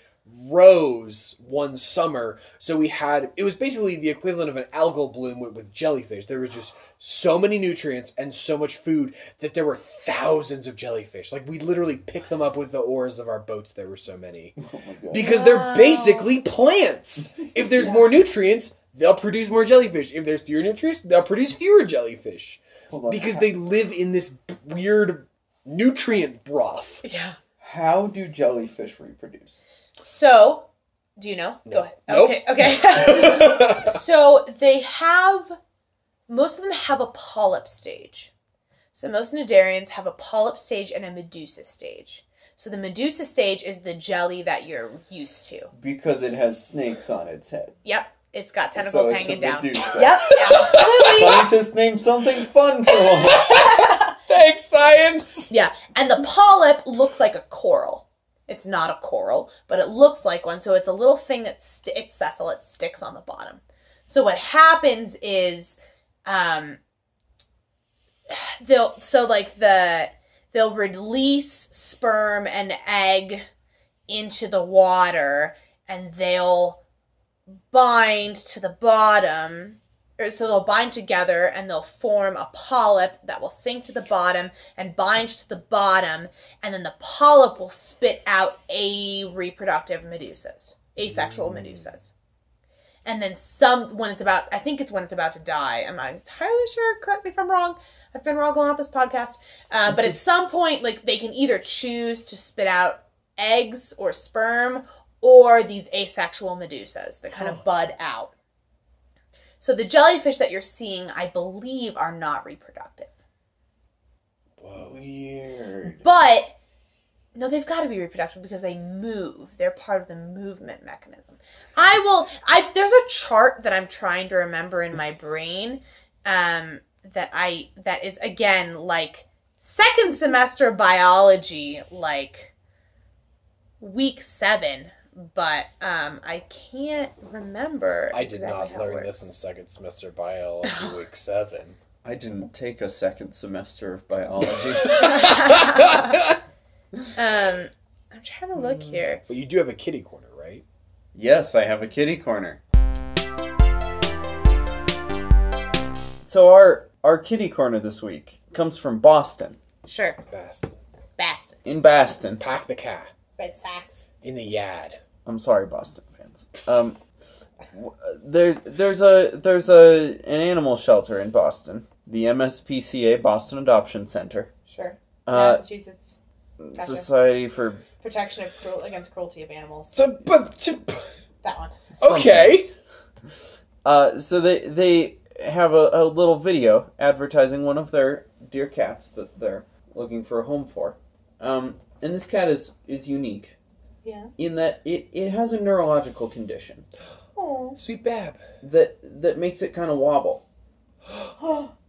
[SPEAKER 3] rose one summer. So we had it was basically the equivalent of an algal bloom with, with jellyfish. There was just so many nutrients and so much food that there were thousands of jellyfish. Like we literally picked them up with the oars of our boats. There were so many because
[SPEAKER 1] Wow.
[SPEAKER 3] they're basically plants. If there's more nutrients, they'll produce more jellyfish. If there's fewer nutrients, they'll produce fewer jellyfish
[SPEAKER 2] Hold on.
[SPEAKER 3] because they live in this b- weird nutrient broth.
[SPEAKER 1] Yeah.
[SPEAKER 2] How do jellyfish reproduce?
[SPEAKER 1] So, do you know? Go ahead.
[SPEAKER 3] Nope.
[SPEAKER 1] Okay. Okay. so, they have most of them have a polyp stage. So, most cnidarians have a polyp stage and a medusa stage. So, the medusa stage is the jelly that you're used to.
[SPEAKER 2] Because it has snakes on its head.
[SPEAKER 1] Yep. It's got tentacles
[SPEAKER 2] So it's
[SPEAKER 1] hanging
[SPEAKER 2] a
[SPEAKER 1] down.
[SPEAKER 2] medusa.
[SPEAKER 1] Yep. Absolutely.
[SPEAKER 2] Scientists named something fun for us.
[SPEAKER 3] Thanks, science.
[SPEAKER 1] Yeah, and the polyp looks like a coral. It's not a coral, but it looks like one. So it's a little thing that's st- it's sessile. It sticks on the bottom. So what happens is, um, they'll so like the they'll release sperm and egg into the water, and they'll bind to the bottom or so they'll bind together and they'll form a polyp that will sink to the bottom and bind to the bottom, and then the polyp will spit out a reproductive medusas, asexual medusas. And then some when it's about I think it's when it's about to die. I'm not entirely sure. Correct me if I'm wrong. I've been wrong on this podcast. Uh, but at some point, like they can either choose to spit out eggs or sperm or these asexual medusas that kind of bud out. So the jellyfish that you're seeing, I believe, are not reproductive.
[SPEAKER 5] Weird.
[SPEAKER 1] But no, they've got to be reproductive because they move. They're part of the movement mechanism. I will. I there's a chart that I'm trying to remember in my brain. Um, that I that is again like second semester biology, like week seven. But um, I can't remember.
[SPEAKER 3] I did
[SPEAKER 1] exactly how
[SPEAKER 3] not
[SPEAKER 1] it
[SPEAKER 3] learn
[SPEAKER 1] works.
[SPEAKER 3] this in second semester biology week seven.
[SPEAKER 2] I didn't take a second semester of biology.
[SPEAKER 1] Um, I'm trying to
[SPEAKER 3] Hmm.
[SPEAKER 1] look here.
[SPEAKER 3] But you do have a kitty corner, right?
[SPEAKER 2] yes, I have a kitty corner. So our our kitty corner this week comes from Boston.
[SPEAKER 1] Sure,
[SPEAKER 3] Best.
[SPEAKER 1] Boston,
[SPEAKER 2] In Boston.
[SPEAKER 3] Pack the cat
[SPEAKER 1] Red Sox.
[SPEAKER 3] in the yard.
[SPEAKER 2] I'm sorry, Boston fans. Um, w- there, there's a there's a an animal shelter in Boston, the MSPCA Boston Adoption Center,
[SPEAKER 1] Sure,
[SPEAKER 2] uh,
[SPEAKER 1] Massachusetts.
[SPEAKER 2] Society for
[SPEAKER 1] Protection of cruel against cruelty of animals.
[SPEAKER 3] So, but, so-
[SPEAKER 1] That one.
[SPEAKER 3] okay.
[SPEAKER 2] Uh, so they they have a, a little video advertising one of their dear cats that they're looking for a home for. Um, and this cat is is unique
[SPEAKER 1] Yeah.
[SPEAKER 2] in that it, it has a neurological condition
[SPEAKER 1] Oh.
[SPEAKER 3] Sweet Bab.
[SPEAKER 2] that that makes it kind of wobble.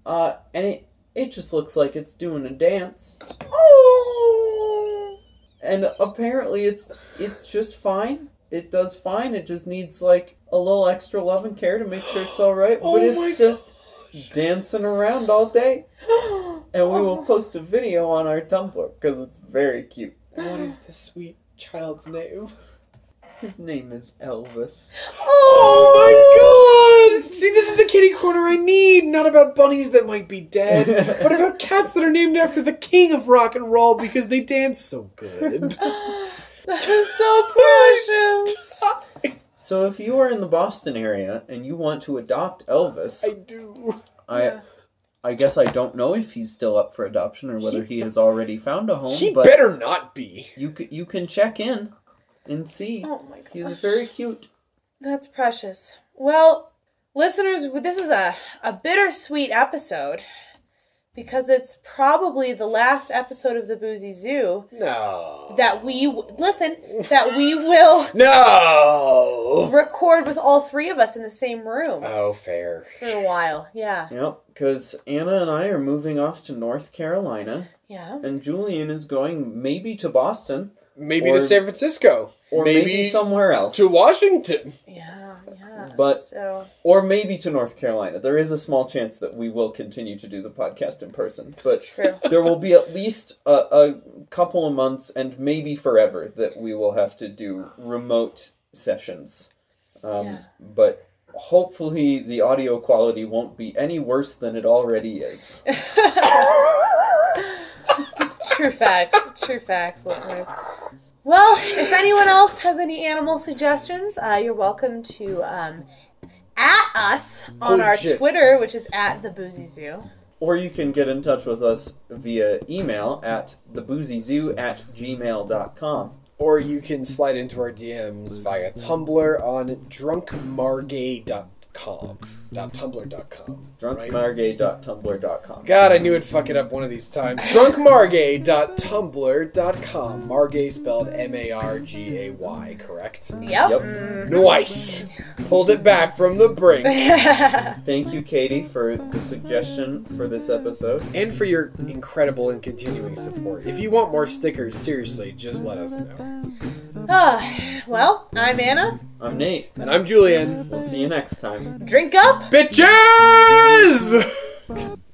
[SPEAKER 2] Uh, and it it just looks like it's doing a dance.
[SPEAKER 1] Oh.
[SPEAKER 2] and apparently it's it's just fine. It does fine. It just needs like a little extra love and care to make sure it's all right.
[SPEAKER 3] Oh
[SPEAKER 2] but
[SPEAKER 3] my
[SPEAKER 2] it's just dancing around all day. And we
[SPEAKER 3] Oh.
[SPEAKER 2] will post a video on our Tumblr because it's very cute.
[SPEAKER 3] What is this sweet child's name?
[SPEAKER 2] His name is Elvis.
[SPEAKER 3] Oh my Oh god! See, this is the kitty corner I need. Not about bunnies that might be dead, but about cats that are named after the king of rock and roll because they dance so good.
[SPEAKER 1] That is so
[SPEAKER 3] Oh
[SPEAKER 1] precious.
[SPEAKER 2] So if you are in the Boston area and you want to adopt Elvis,
[SPEAKER 3] I do.
[SPEAKER 2] I. I guess I don't know if he's still up for adoption or whether he, has already found a home,
[SPEAKER 3] He
[SPEAKER 2] but
[SPEAKER 3] better not be.
[SPEAKER 2] you c- you can check in and see.
[SPEAKER 1] oh my god.
[SPEAKER 2] He's very cute.
[SPEAKER 1] That's precious. Well, listeners, this is a, a bittersweet episode because it's probably the last episode of the Boozy Zoo
[SPEAKER 3] No.
[SPEAKER 1] that we w- listen that we will
[SPEAKER 3] No.
[SPEAKER 1] record with all three of us in the same room
[SPEAKER 3] Oh, fair.
[SPEAKER 1] for a while. Yeah.
[SPEAKER 2] Yep, because Anna and I are moving off to North Carolina,
[SPEAKER 1] Yeah.
[SPEAKER 2] and Julian is going maybe to Boston
[SPEAKER 3] Maybe
[SPEAKER 2] Or-
[SPEAKER 3] to San Francisco,
[SPEAKER 2] or maybe, somewhere else,
[SPEAKER 3] to Washington.
[SPEAKER 1] Yeah. Yeah.
[SPEAKER 2] But-
[SPEAKER 1] so
[SPEAKER 2] or maybe to North Carolina. There is a small chance that we will continue to do the podcast in person, but
[SPEAKER 1] true.
[SPEAKER 2] there will be at least a, a couple of months and maybe forever that we will have to do remote sessions. Um,
[SPEAKER 1] Yeah.
[SPEAKER 2] But hopefully, the audio quality won't be any worse than it already is.
[SPEAKER 1] True facts. True facts, listeners. Well, if anyone else has any animal suggestions, uh, you're welcome to um, at us on our
[SPEAKER 3] Legit.
[SPEAKER 1] Twitter, which is at the Boozy Zoo.
[SPEAKER 2] Or you can get in touch with us via email at theboozyzoo at gmail.com.
[SPEAKER 3] Or you can slide into our DMs via Tumblr on drunkmargay.com. Dot tumblr.com. right?
[SPEAKER 2] Drunkmargay.tumblr.com.
[SPEAKER 3] God, I knew I'd fuck it up one of these times. Drunkmargay.tumblr.com. Margay spelled M A R G A Y, correct?
[SPEAKER 1] Yep.
[SPEAKER 2] Yep.
[SPEAKER 3] Nice! Pulled it back from the brink.
[SPEAKER 2] Thank you, Katie, for the suggestion for this episode.
[SPEAKER 3] And for your incredible and continuing support. If you want more stickers, seriously, just let us know.
[SPEAKER 1] Ah, well, I'm Anna.
[SPEAKER 2] I'm Nate.
[SPEAKER 3] And I'm Julian.
[SPEAKER 2] We'll see you next time.
[SPEAKER 1] Drink up.
[SPEAKER 3] Bitches!